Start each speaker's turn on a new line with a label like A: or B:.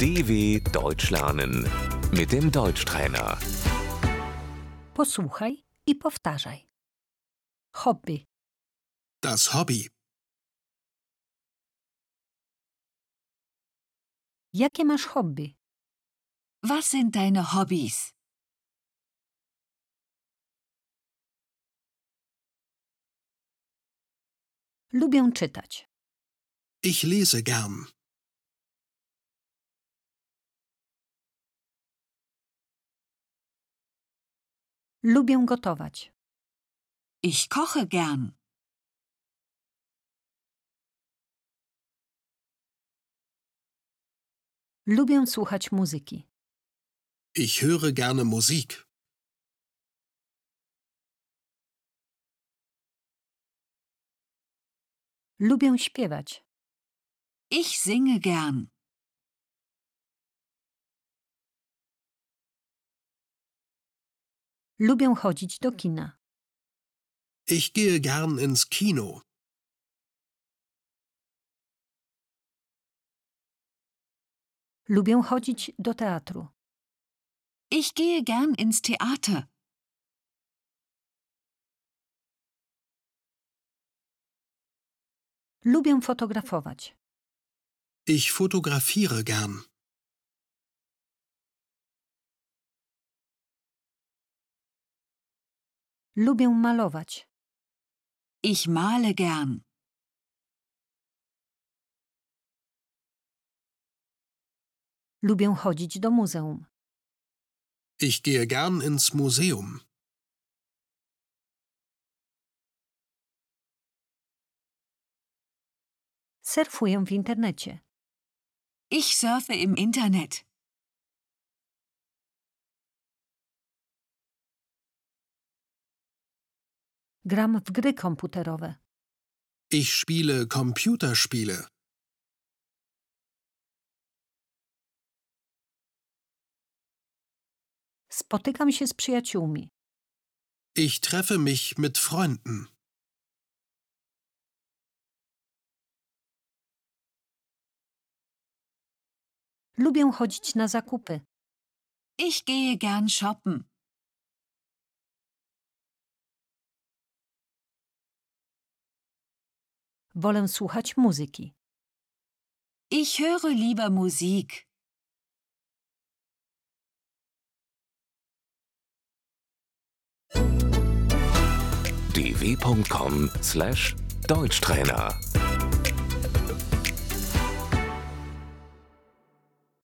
A: DW Deutsch lernen mit dem Deutschtrainer.
B: Posłuchaj i powtarzaj. Hobby,
C: Das Hobby.
B: jakie masz hobby?
D: Was sind deine Hobbys?
B: Lubię czytać.
C: Ich lese gern.
B: Lubię gotować.
D: Ich koche gern.
B: Lubię słuchać muzyki.
C: Ich höre gerne Musik.
B: Lubię śpiewać.
D: Ich singe gern.
B: Lubię chodzić do kina.
C: Ich gehe gern ins Kino.
B: Lubię chodzić do teatru.
D: Ich gehe gern ins Theater.
B: Lubię fotografować.
C: Ich fotografiere gern.
B: Lubię malować.
D: Ich male gern.
B: Lubię chodzić do muzeum.
C: Ich gehe gern ins Museum.
B: Surfuję w internecie.
D: Ich surfe im Internet.
B: Gram w gry komputerowe.
C: Ich spiele Computerspiele.
B: Spotykam się z przyjaciółmi.
C: Ich treffe mich mit Freunden.
B: Lubię chodzić na zakupy.
D: Ich gehe gern shoppen.
B: Wolę słuchać muzyki.
D: Ich höre lieber Musik.
A: dw.com/deutschtrainer